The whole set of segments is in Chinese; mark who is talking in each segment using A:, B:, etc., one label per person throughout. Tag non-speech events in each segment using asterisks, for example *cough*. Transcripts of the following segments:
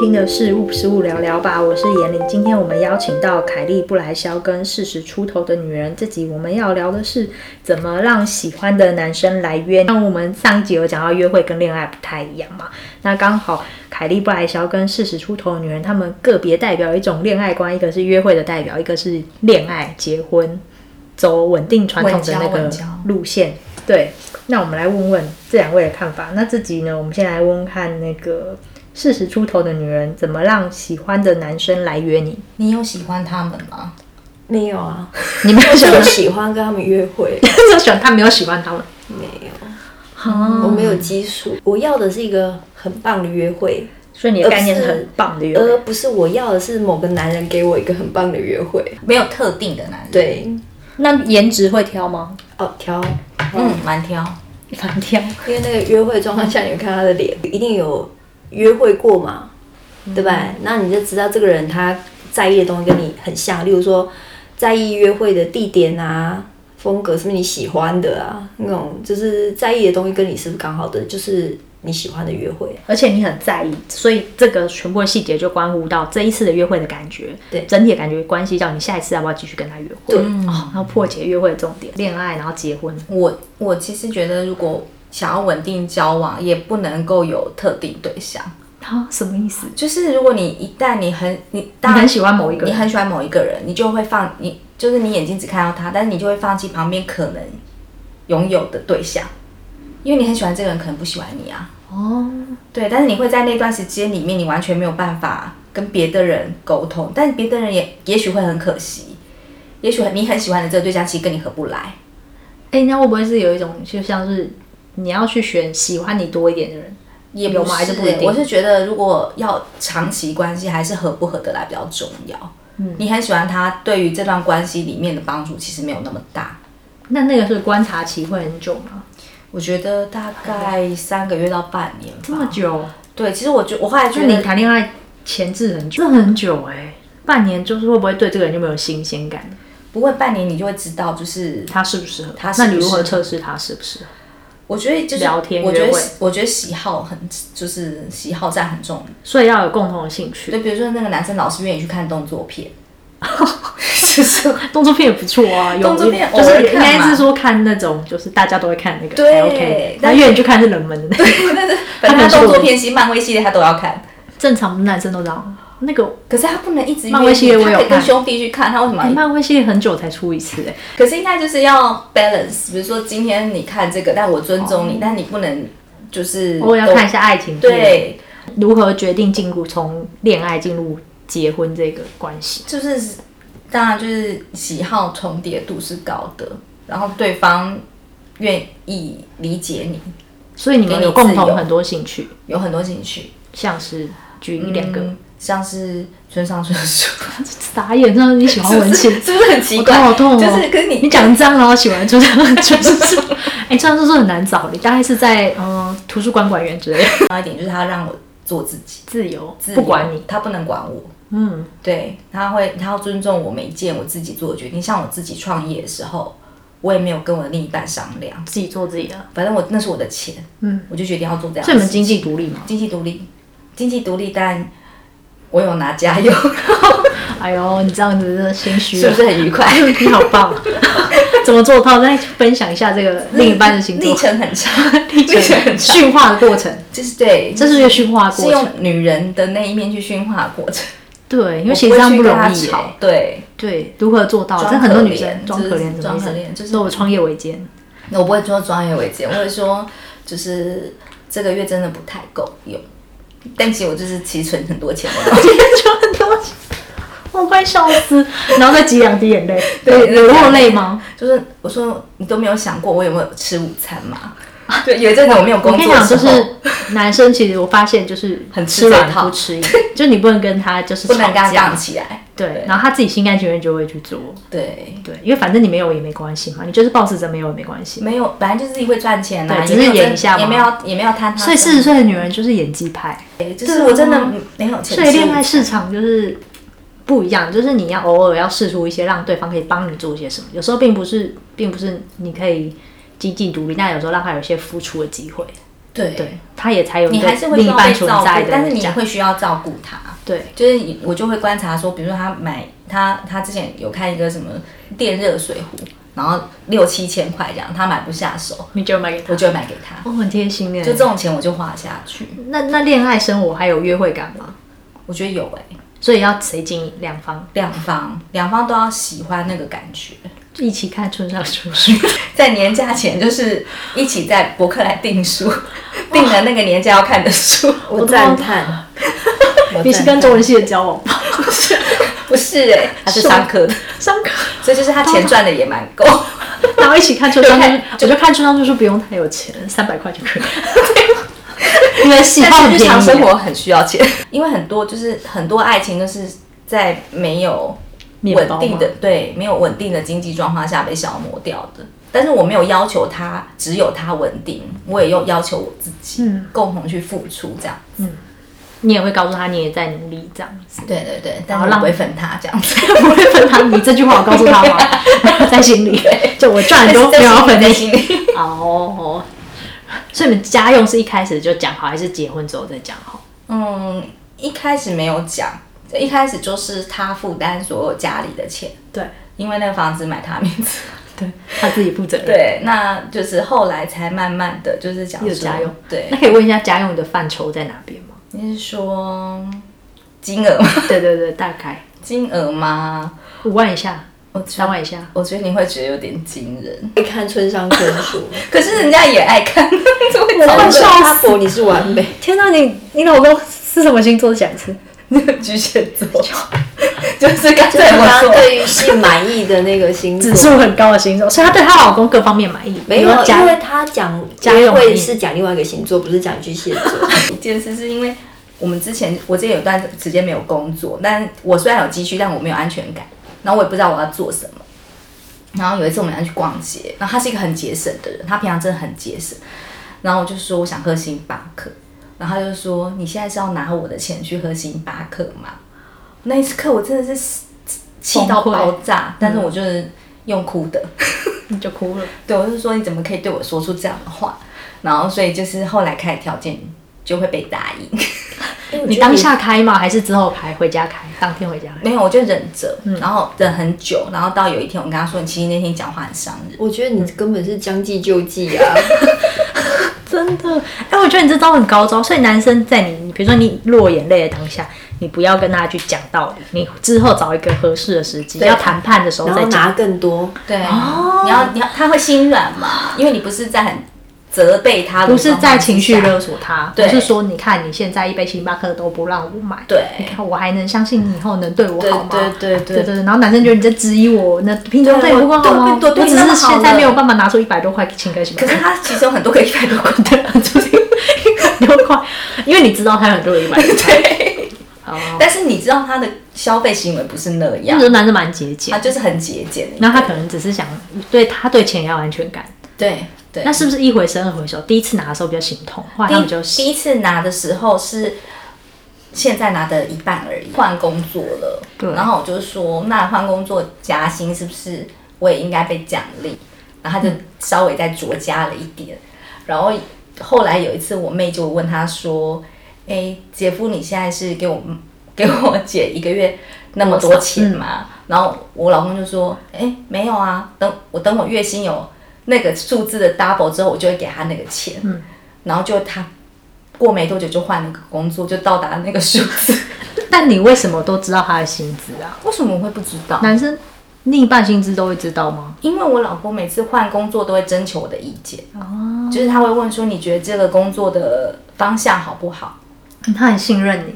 A: 听的是《物事物聊聊吧》，我是严玲。今天我们邀请到凯莉布莱肖跟四十出头的女人，这集我们要聊的是怎么让喜欢的男生来约。那我们上一集有讲到约会跟恋爱不太一样嘛，那刚好凯莉布莱肖跟四十出头的女人，她们个别代表一种恋爱观，一个是约会的代表，一个是恋爱结婚，走稳定传统的那
B: 稳交
A: 个
B: 稳交
A: 路线。对，那我们来问问这两位的看法。那这集呢，我们先来问问看那个四十出头的女人怎么让喜欢的男生来约你？
B: 你有喜欢他们吗？
C: 没有啊，
A: 你没有
C: 我
A: 喜
C: 是 *laughs*
A: 欢
C: 不，喜欢跟他们约会，
A: 没有喜欢他，没有喜欢他们。
C: 没有，我没有基数，我要的是一个很棒的约会，
A: 所以你的概念是很棒的约会
C: 而不是我要的是某个男人给我一个很棒的约会。
B: 没有特定的男人，，
C: 对，
A: 那颜值会挑吗？ *laughs*
C: 哦，挑，
B: 嗯，蛮挑，
A: 反挑。
C: 因为那个约会状况下，你看他的脸，一定有约会过嘛，对吧？那你就知道这个人他在意的东西跟你很像，例如说在意约会的地点啊、风格是不是你喜欢的啊，那种就是在意的东西跟你是不是刚好的，就是你喜欢的约会。
A: 而且你很在意，所以这个全部的细节就关乎到这一次的约会的感觉，
C: 对
A: 整体的感觉关系到你下一次要不要继续跟他约会，
C: 对
A: 哦，然后破解约会的重点，恋爱，然后结婚，
B: 我我其实觉得，如果想要稳定交往，也不能够有特定对象。
A: 啊，什么意思？
B: 就是如果你一旦你很你
A: 你
B: 当
A: 很喜欢某一个
B: 你
A: 人，
B: 很喜欢某一个人，你就会放你就是你眼睛只看到他，但是你就会放弃旁边可能拥有的对象，因为你很喜欢这个人，可能不喜欢你啊。
A: 哦，
B: 对，但是你会在那段时间里面，你完全没有办法跟别的人沟通，但别的人也也许会很可惜，也许你很喜欢的这个对象其实跟你合不来，
A: 哎、那会不会是有一种就像是你要去选喜欢你多一点的人？
B: 也
A: 有
B: 不
A: 吗还是
B: 是
A: 不一定
B: 我是觉得如果要长期关系，还是合不合得来比较重要。嗯，你很喜欢他，对于这段关系里面的帮助其实没有那么大。
A: 那那个是观察期会很久吗？
B: 我觉得大概三个月到半年吧。
A: 这么久？
B: 对，其实我觉我后来
A: 那
B: 觉
A: 你
B: 得，
A: 谈恋爱前置很久，这很久哎、半年就是会不会对这个人就没有新鲜感？
B: 不过半年你就会知道，就是
A: 他适不适合？
B: 他适不
A: 那你如何
B: 适合
A: 测试他适不适合？
B: 我觉得就是
A: 聊天
B: 我觉
A: 约
B: 得
A: 会
B: 我觉得喜好很就是喜好占很重要。
A: 所以要有共同的兴趣。
B: 就比如说那个男生老是愿意去看动作片， *laughs* 就是
A: 动作片也不错 *laughs* 啊，有
B: 动作片
A: 就
B: 偶尔
A: 是
B: 看
A: 应该
B: 嘛
A: 是说看那种就是大家都会看那个
B: 对
A: 才 OK，那
B: 但是
A: 越你去看是冷门 *laughs* 的那个，
B: 反正他动作片系、漫威系列他都要看。
A: 正常男生都这样。那个
B: 可是他不能一直
A: 漫威系列我有
B: 他
A: 看哎
B: 可以跟兄弟去看，他为什么要？
A: 漫威系列很久才出一次哎、
B: 可是应该就是要 balance，比如说今天你看这个，但我尊重你，但你不能就是
A: 哦我要
B: 都
A: 看一下爱情片，
B: 对，
A: 如何决定进入从恋爱进入结婚这个关系？
B: 就是当然就是喜好重叠度是高的，然后对方愿意理解你，
A: 所以你们有共同很多兴趣，
B: 有很多兴趣，
A: 像是举一两个、
B: 嗯，像是村上春树。
A: *laughs* 傻眼，那你喜欢文青。
B: 是不是很奇怪？
A: 我头好痛哦
B: 就是可是
A: *laughs*
B: 你
A: 你讲脏，然后喜欢就这样，就是说，哎，这样就是很难找。你大概是在嗯图书馆馆员之类的，
B: 讲一点，就是他让我做自己，
A: *laughs* 自由，
B: 自由
A: 不管你，，
B: 他不能管我。
A: 嗯，
B: 对，他会，他要尊重我每一件我自己做的决定。像我自己创业的时候，我也没有跟我的另一半商量，
A: 自己做自己的。
B: 反正我那是我的钱，
A: 嗯，
B: 我就决定要做这样
A: 所
B: 的
A: 以
B: 事情。
A: 你们经济独立嘛？
B: 经济独立，经济独立，但我有拿
A: *laughs*
B: 家用，
A: 哎呦，你这样子真的心虚啊
B: 是
A: 了
B: 不，是很愉 *laughs* 快？
A: 哎你好棒，啊 *laughs* 怎么做到？再分享一下这个另一半的星
B: 历
A: 座
B: 程很长，
A: 历
B: 历程很长，
A: 驯化的过程，
B: 就是对，
A: 这是一个驯化的
B: 是
A: 过程。
B: 用女人的那一面去驯化过程，
A: 对，因
B: 我
A: 为其
B: 会
A: 实这样
B: 去
A: 不
B: 跟
A: 容
B: 他
A: 易耶。
B: 吵对，
A: 对，如何做到？
B: 装
A: 这很多
B: 可
A: 女
B: 怜
A: 生装
B: 就是
A: 可怜，什么
B: 装
A: 意
B: 可
A: 思？
B: 怜就是
A: 说我创业维艰，
B: 那我不会说专业为艰，我会说就是这个月真的不太够用。但其实我就是其实存很多钱 *laughs* 的，
A: 我快笑死，然后再挤两滴眼泪，
B: *laughs* 对
A: 有有落泪吗？
B: 就是我说你都没有想过我有没有吃午餐吗？对，有一阵子我没有
A: 我
B: 工
A: 跟你
B: 作的
A: 讲，
B: 时
A: 就
B: 候，
A: 是男生其实我发现就是
B: 很
A: 吃
B: 吃这
A: 软
B: 套
A: 不吃硬，就你不能跟他就是
B: 不能
A: 吵
B: 跟他
A: 架
B: 杠起来。
A: 对，然后他自己心甘情愿就会去做，
B: 对，
A: 对，因为反正你没有也没关系嘛，你就是抱持着没有也没关系。
B: 没有，本来就自己会赚钱啊，
A: 对
B: 也没有
A: 只是演
B: 真
A: 一下嘛
B: 也没有也没有贪他。
A: 所以四十，岁的女人就是演技派，
B: 就是我真的没有钱吃午
A: 所
B: 餐。
A: 以恋爱市场就是不一样，就是你要偶尔要试出一些让对方可以帮你做些什么，有时候并不是并不是你可以经济独立，但有时候让他有一些付出的机会。
B: 对，
A: 对，他也才有
B: 你
A: 对
B: 还是会
A: 另
B: 需
A: 一
B: 要
A: 半
B: 被
A: 存
B: 照顾
A: 在的，
B: 但是你会需要照顾他。
A: 对
B: 就是你我就会观察说，比如说他买他他之前有看一个什么电热水壶，然后六七千块这样，他买不下手，
A: 你就买给
B: 我
A: 他，
B: 就会买给他。
A: 哦，很贴心哎。
B: 就这种钱我就花下去，
A: 那那恋爱生活还有约会感吗？
B: 我觉得有哎、
A: 所以要谁经营两方
B: 两方两方都要喜欢那个感觉。
A: 一起看村上春树，
B: 在年假前就是一起在博客来订书，订了那个年假要看的书，
C: 我赞叹。
A: *laughs*
C: 我
A: 你是
C: 赞
A: 跟
C: 叹
A: 周文熙的交往吗？
B: 不是哎、欸，他是上课的，
A: 上课，
B: 所以就是他钱赚的也蛮够。
A: *laughs* 然后一起看村上春
B: 对，
A: 我就看村上春树不用太有钱，三百块就可以。因为喜好
B: 但
A: 很
B: 是日
A: 便
B: 常生
A: 宜，
B: 活很需要钱， *laughs* 因为很多就是很多爱情都是在没有
A: 面
B: 稳
A: 包吗
B: 定的对没有稳定的经济状况下被消磨掉的。但是我没有要求他只有他稳定，我也要要求我自己，
A: 嗯
B: 共同去付出这样子。
A: *laughs* 你也会告诉他你也在努力这样子，
B: 对对对，但
A: 好
B: 是我
A: 让
B: 不会分他这样子。
A: 不会分他。你这句话我告诉他吗？在心里，就我赚 *laughs* 很多，没有要分
B: 在
A: 你。
B: 心里。
A: 哦，所以你们家用是一开始就讲好，还是结婚之后再讲好？
B: *laughs* 嗯，一开始没有讲，一开始就是他负担所有家里的钱，
A: 对
B: 因为那个房子买他名字。
A: 对，他自己负责任。，
B: 对，那就是后来才慢慢的就是讲
A: 有
B: 说
A: 家用。
B: 对
A: 那，可以问一下家用的范畴在哪边吗？
B: 你是说金 *laughs* 额吗？
A: 对对对，大概
B: 金额吗？
A: 五万以下，
B: 我觉
A: 三
B: 得，
A: 万以下。
B: 我觉得你会觉得有点惊人，
C: 爱看村上春树，
B: 可是人家也爱 *laughs* 看，怎么会
C: *laughs* 我嗯
B: 这
A: 笑死
C: 阿伯你是完美，
A: 天哪、你你老公是什么星座？讲一次。
B: 么巨蟹座？ *laughs* 就是刚
C: 就是
B: 才我
C: 他
B: 说，
C: 对于性满意的那个星
A: 指
C: 座。
A: 数很高的星座，所以她对她老公各方面满意。
C: 没
A: 比
C: 有，
A: 如
C: 因为
A: 家
C: 他讲
A: 家用而已
C: 会是讲另外一个星座，不是讲巨蟹座。
B: 一件事是因为我们之前我之前有段时间没有工作，但我虽然有积蓄，但我没有安全感，然后我也不知道我要做什么。然后有一次我们要去逛街，然后他是一个很节省的人，他平常真的很节省。然后我就说我想喝星巴克，然后他就说你现在是要拿我的钱去喝星巴克吗？那一次刻我真的是气到
A: 崩溃嗯
B: 爆炸，但是我就是用哭的。
A: 你就哭了，
B: 对，我就说你怎么可以对我说出这样的话？然后所以就是后来开的条件就会被答应，
C: 哎
A: 你当下开吗？还是之后开？回家开？当天回家开？
B: 没有我就忍着，
A: 嗯
B: 然后忍很久，然后到有一天我跟他说，你其实那天讲话很伤人，
C: 我觉得你根本是将计就计啊！
A: 真的，哎、我觉得你这招很高招。所以男生在你，你比如说你落眼泪的当下，你不要跟他去讲道理，你之后找一个合适的时机，
B: 对
A: 要谈判的时候
C: 然
A: 再
C: 后
A: 讲。
C: 拿更多，
B: 对，你
A: 哦
B: 要你要他会心软嘛，因为你不是在很责备他的
A: 不
B: 状况之
A: 是
B: 下，
A: 在情绪勒索他，不
B: 对
A: 是说你看你现在一杯星巴克都不让我买，
B: 对
A: 你看我还能相信你以后能对我好吗？
B: 对对对对
A: 对然后男生觉得你在质疑我，那平常对我不够好吗？
B: 对我
A: 我
B: 对我
A: 只
B: 对你那
A: 是
B: 么好
A: 现在
B: 了
A: 没有办法拿出一百多块请个星巴
B: 可
A: 克
B: 是，他其实有很多个一百多块，
A: *laughs* 对，就是一百多块，因为你知道他有很多一百多块，
B: *laughs*
A: 哦，
B: 但是你知道他的消费行为不是那
A: 那
B: 样
A: 时，候男生蛮节
B: 他
A: 俭，
B: 就是很节俭的一个人，
A: 嗯那他可能只是想对他对钱也要有安全感，
B: 对对，
A: 那是不是一回生二回熟？第一次拿的时候比较心痛，后来他们就
B: 第第一次拿的时候是现在拿的一半而已，换工作了。
A: 对
B: 然后我就说，那换工作加薪是不是我也应该被奖励？然后他就稍微再酌加了一点。然后后来有一次，我妹就问他说：“哎、姐夫，你现在是给我给我姐一个月那么多钱
A: 嗯
B: 吗？”然后我老公就说：“哎、没有啊，等我等我月薪有那个数字的 double 之后，我就会给他那个钱。”
A: 嗯
B: 然后就他过没多久就换了个工作，就到达那个数
A: *laughs*
B: 字。
A: 但你为什么都知道他的薪资啊？
B: 为什么我会不知道？
A: 男生另一半薪资都会知道吗？
B: 因为我老公每次换工作都会征求我的意见，
A: 哦，
B: 就是他会问说你觉得这个工作的方向好不好？
A: 他很信任你，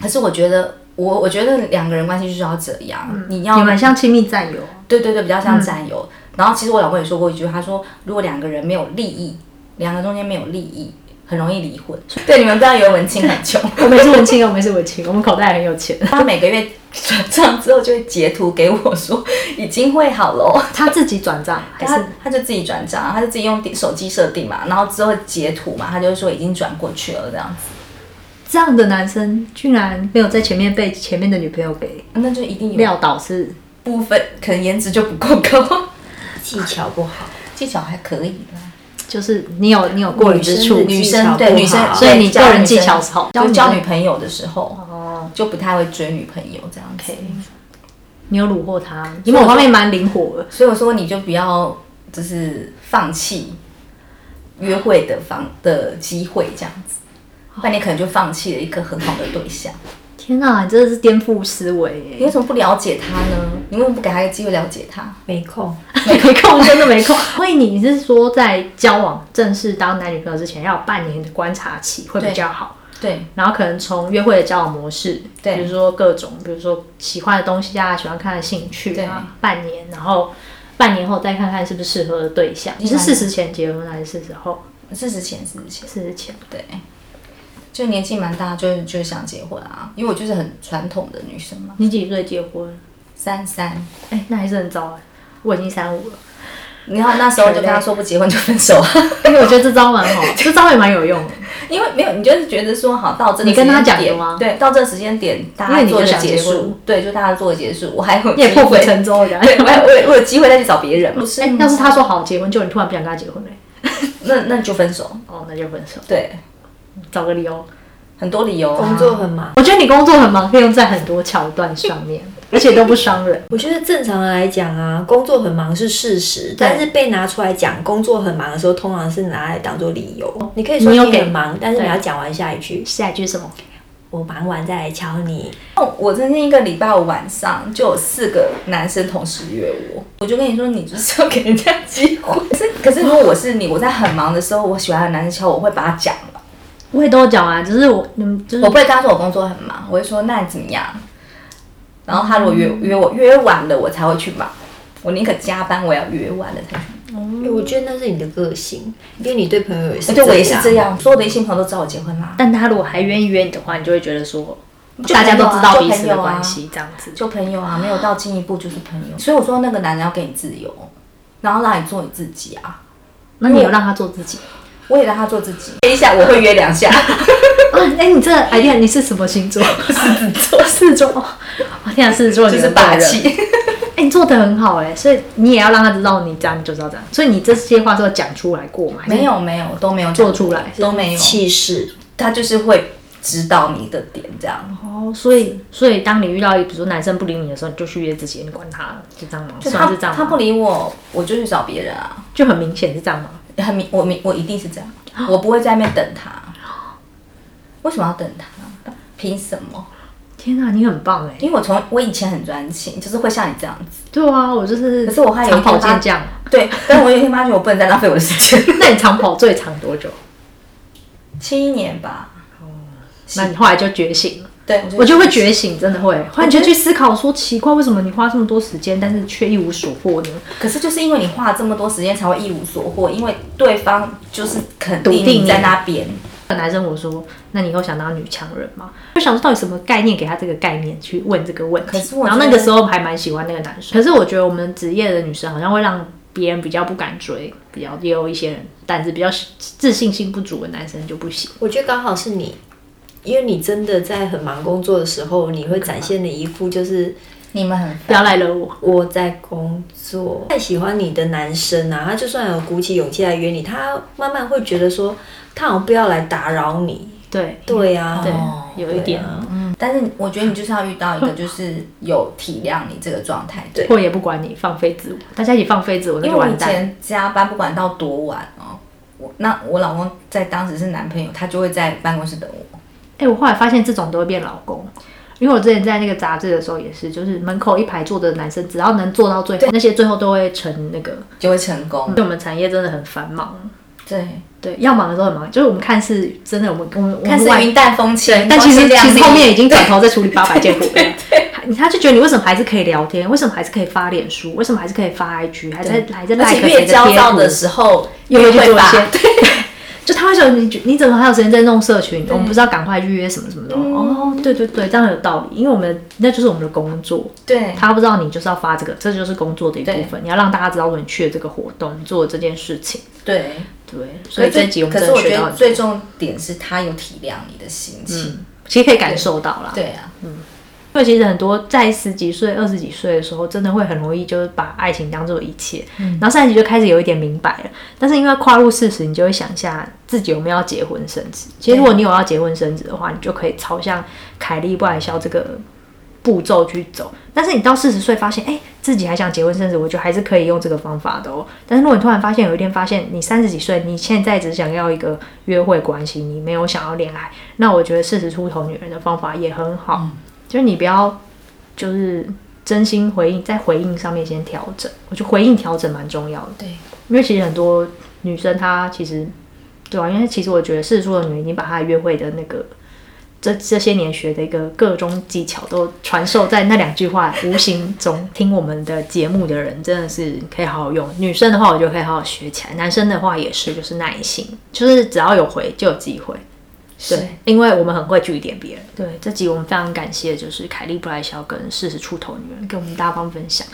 B: 可是我觉得我我觉得两个人关系就是要这样，你要
A: 嗯你们像亲密战友，啊
B: 对对对，比较
A: 嗯
B: 像战友。然后其实我老公也说过一句，他说如果两个人没有利益，两个中间没有利益，很容易离婚。 *laughs* 对，你们不要以为文青很
A: *laughs*
B: 穷，
A: 我们是文青，我们是文青，我们口袋很有钱。
B: 他每个月转账之后就会截图给我说已经会好喽，
A: 他自己转账 *laughs* 还
B: 他
A: 是
B: 他就自己转账，他就自己用手机设定嘛，然后之后截图嘛，他就会说已经转过去了这样子，
A: 这样的男生居然没有在前面被前面的女朋友给
B: 那就一定有
A: 撂倒是？
B: 部分可能颜值就不够高，
C: 技巧不好。
B: 技巧还可以啦，
A: 就是你有你有过人之处，
C: 女
B: 女
C: 生
B: 生
C: 的技巧
B: 嗯对
C: 不
B: 女生
C: 好，
B: 对
A: 所以你
B: 交
A: 个人
B: 女
A: 技
B: 生
A: 巧是好
B: 就
A: 所以你
B: 交
A: 的
B: 女朋友的时候，
A: 哦，
B: 就不太会追女朋友这样子。
A: 你有虏获他，你某方面蛮灵活的。
B: 所以我说，你就不要就是放弃约会的方的机会这样子，那你可能就放弃了一个很好的对象。
A: 天哪，你真的是颠覆思维
B: 你
A: 耶，
B: 为什么不了解他呢？你为什么不给他一个机会了解他？
C: 没空。
A: *laughs* 没空，真的没空。 *laughs* 所以你是说，在交往正式当男女朋友之前，要有半年的观察期会比较好。
B: 对
A: 然后可能从约会的交往模式，
B: 对
A: 比如说各种，比如说喜欢的东西啊，喜欢看的兴趣啊，半年，然后半年后再看看是不是适合的对象。你是四十前结婚还是四十后？
B: 四十前，四十前，
A: 四十前，
B: 对，就年纪蛮大，就就想结婚啊，因为我就是很传统的女生嘛，
A: 你几岁结婚？
B: 三三。
A: 哎、那还是很早哎、我已经三五了，
B: 然后那时候就跟他说不结婚就分手啊，
A: 因哎为我觉得这招蛮好，这招也蛮有 *laughs* 用的。
B: 因为没有，你就是觉得说好到这个
A: 你跟他
B: 时间
A: 讲的
B: 点
A: 吗
B: 对，到这个时间点，大
A: 因为
B: 家
A: 你就
B: 做的
A: 想
B: 结
A: 结婚
B: 束，对，就大家做的结束，我还有
A: 你也
B: 机
A: 破釜
B: 会
A: 沉舟了，
B: *laughs* 对，我有我有我有机会再去找别人，不是
A: 哎、要是他说好结婚，就你突然不想跟他结婚嘞、
B: 那那就分手，
A: 哦，那就分手，
B: 对，
A: 找个理由。
B: 很多理由啊、
C: 工作很忙，
A: 我觉得你工作很忙，可以用在很多桥段上 *laughs* 面，而且都不伤人。
C: 我觉得正常来讲啊，工作很忙是事实，但是被拿出来讲工作很忙的时候，通常是拿来当做理由。你可以说
A: 你
C: 哦你
A: 有给
C: 很忙，但是你
A: 对
C: 要讲完下一句，
A: 下一句是什么？
C: 我忙完再来敲你。
B: 哦我曾经一个礼拜五晚上就有四个男生同时约我，我就跟你说，你就是要给人家机会。可是可是如果我是你，我在很忙的时候，我喜欢的男生敲我，我会把他讲了，
A: 我也都有讲啊，只是我你们就是
B: 我不会跟他说我工作很忙，我会说那你怎么样？然后他如果约约我约晚了，我才会去忙。我宁可加班，我也要约晚了才去。
C: 哎我觉得那是你的个性，因为你对朋友也是
B: 而
C: 这
B: 且
C: 样。
B: 我也是这样，所有的异性朋友都知道我结婚啦，
A: 但他如果还愿意约你的话，你就会觉得说，
B: 就
A: 大家都知道
B: 朋
A: 彼
B: 友啊
A: 此的关系，
B: 就朋友啊
A: 这样子。
B: 就朋友啊，没有到进一步就是朋友。所以我说那个男人要给你自由，然后让你做你自己啊。
A: 那你有让他做自己？
B: 我也让他做自己，约一下我会约两下，
A: 啊，哎、你这 idea 你是什么星座？狮子座，狮子座。哦哇，天啊，狮子座
B: 就
A: 女
B: 是
A: 人
B: 霸
A: 做人。
B: 气。
A: *laughs* 哎、你做的很好哎、所以你也要让他知道你这样，你就知道这样。所以你这些话是有讲出来过吗？还是
B: 没有没有都没有
A: 做出来
B: 都没有，
C: 气势，
B: 他就是会知道你的点这样，
A: 哦，所以所以当你遇到比如说男生不理你的时候，你就去约自己，你管他了，是这样吗？
B: 就
A: 算
B: 他
A: 是这样吗
B: 他不理我，我就去找别人啊。
A: 就很明显是这样吗？
B: 很明我明我一定是这样，
A: 啊
B: 我不会在那边等他。为什么要等他？凭什么？
A: 天啊，你很棒哎、
B: 因为我从我以前很专情，就是会像你这样
A: *laughs*
B: 子。
A: 对啊，我就是
B: 可是我怕有一
A: 长
B: 天
A: 跑
B: 他
A: 健将。
B: 对，但是我有一天发觉我不能再浪费我的
A: *laughs*
B: 时间。
A: 那你长跑最长多
B: *laughs*
A: 久？
B: 七年吧，
A: 那你后来就觉醒了，
B: 对，
A: 我就会觉醒，真的会。后来你就去思考说，奇怪，为什么你花这么多时间，但是却一无所获呢？
B: 可是就是因为你花了这么多时间才会一无所获，因为对方就是肯定
A: 笃定
B: 你
A: 你
B: 在那边。
A: 男生我说，那你以后想当女强人吗？就想说到底什么概念，给他这个概念去问这个问题。
B: 可是我
A: 然后
B: 觉
A: 那
B: 得
A: 个时候还蛮喜欢那个男生，可是我觉得我们职业的女生好像会让别人比较不敢追，比较也有一些人胆子比较自信心不足的男生就不行。
C: 我觉得刚好是你，因为你真的在很忙工作的时候，你会展现的一副就是
B: 你们很
A: 不要来惹我，
C: 我在工作。太喜欢你的男生啊，他就算有鼓起勇气来约你，他慢慢会觉得说，他好像不要来打扰你。
A: 对
C: 对啊，
A: 嗯对
B: 哦，
A: 有一点，
B: 嗯，但是我觉得你就是要遇到一个就是有体谅你这个状态的。
A: 或也不管你，放飞自我，大家一起放飞自我，那
B: 啊因
A: 就
B: 为我以
A: 完蛋。
B: 前加班不管到多晚哦，我那我老公在当时是男朋友，他就会在办公室等我。
A: 哎、我后来发现这种都会变老公，因为我之前在那个杂志的时候也是，就是门口一排坐的男生，只要能做到最后，那些最后都会成那个。
B: 就会成功
A: 因。为我们产业真的很繁忙，
B: 对，
A: 对，要忙的时候很忙，就是我们看似真的，我们我们
B: 看似
A: 我们
B: 云淡风轻，
A: 但其实
B: 光鲜亮
A: 其实
B: 丽
A: 后面已经转头在处理八百 *laughs* 件活了。还他就觉得你为什么还是可以聊天，为什么还是可以发脸书，为什么还是可以发 IG，还在还在
B: 而
A: like
B: 且
A: 谁
B: 越焦
A: 贴
B: 躁
A: 图
B: 的时候，
A: 又
B: 越
A: 会去
B: 会
A: 做一
B: 把
A: 些， *laughs* 就他会说你你怎么还有时间在弄社群？我们不是要赶快去约什么什么的吗哦，对对对，这样有道理，因为我们那就是我们的工作，
B: 对
A: 他不知道你就是要发这个，这就是工作的一部分，你要让大家知道说你去了这个活动，你做了这件事情。
B: 对。
A: 对，所以这
B: 最
A: 一集我们
B: 可
A: 真
B: 是
A: 的
B: 我
A: 学
B: 觉
A: 到嗯
B: 得
A: 很多，
B: 最重点是他有体谅你的心情。
A: 其实可以感受到啦。
B: 对啊，嗯，
A: 因为其实很多在十几岁、二十几岁的时候，真的会很容易就是把爱情当做一切，然后三十几就开始有一点明白了。但是因为跨入四十，你就会想一下自己有没有要结婚生子。其实如果你有要结婚生子的话，你就可以朝向凯莉布莱肖这个步骤去走。但是你到四十岁发现，哎、自己还想结婚生子，我觉得还是可以用这个方法的哦。但是如果你突然发现有一天发现你三十几岁，你现在只想要一个约会关系，你没有想要恋爱，那我觉得四十出头女人的方法也很好，就是你不要就是真心回应，在回应上面先调整。我觉得回应调整蛮重要的，
B: 对，
A: 因为其实很多女生她其实对啊，因为其实我觉得四十出头的女人已经把她的约会的那个。这这些年学的一个各种技巧都传授在那两句话无形中。听我们的节目的人真的是可以好好用。女生的话，我觉得可以好好学起来；男生的话也是，就是耐心，就是只要有回就有机会。
B: 是
A: 对，因为我们很会据点别人。对，这集我们非常感谢，就是凯莉布莱肖跟四十出头女人给我们大方分享。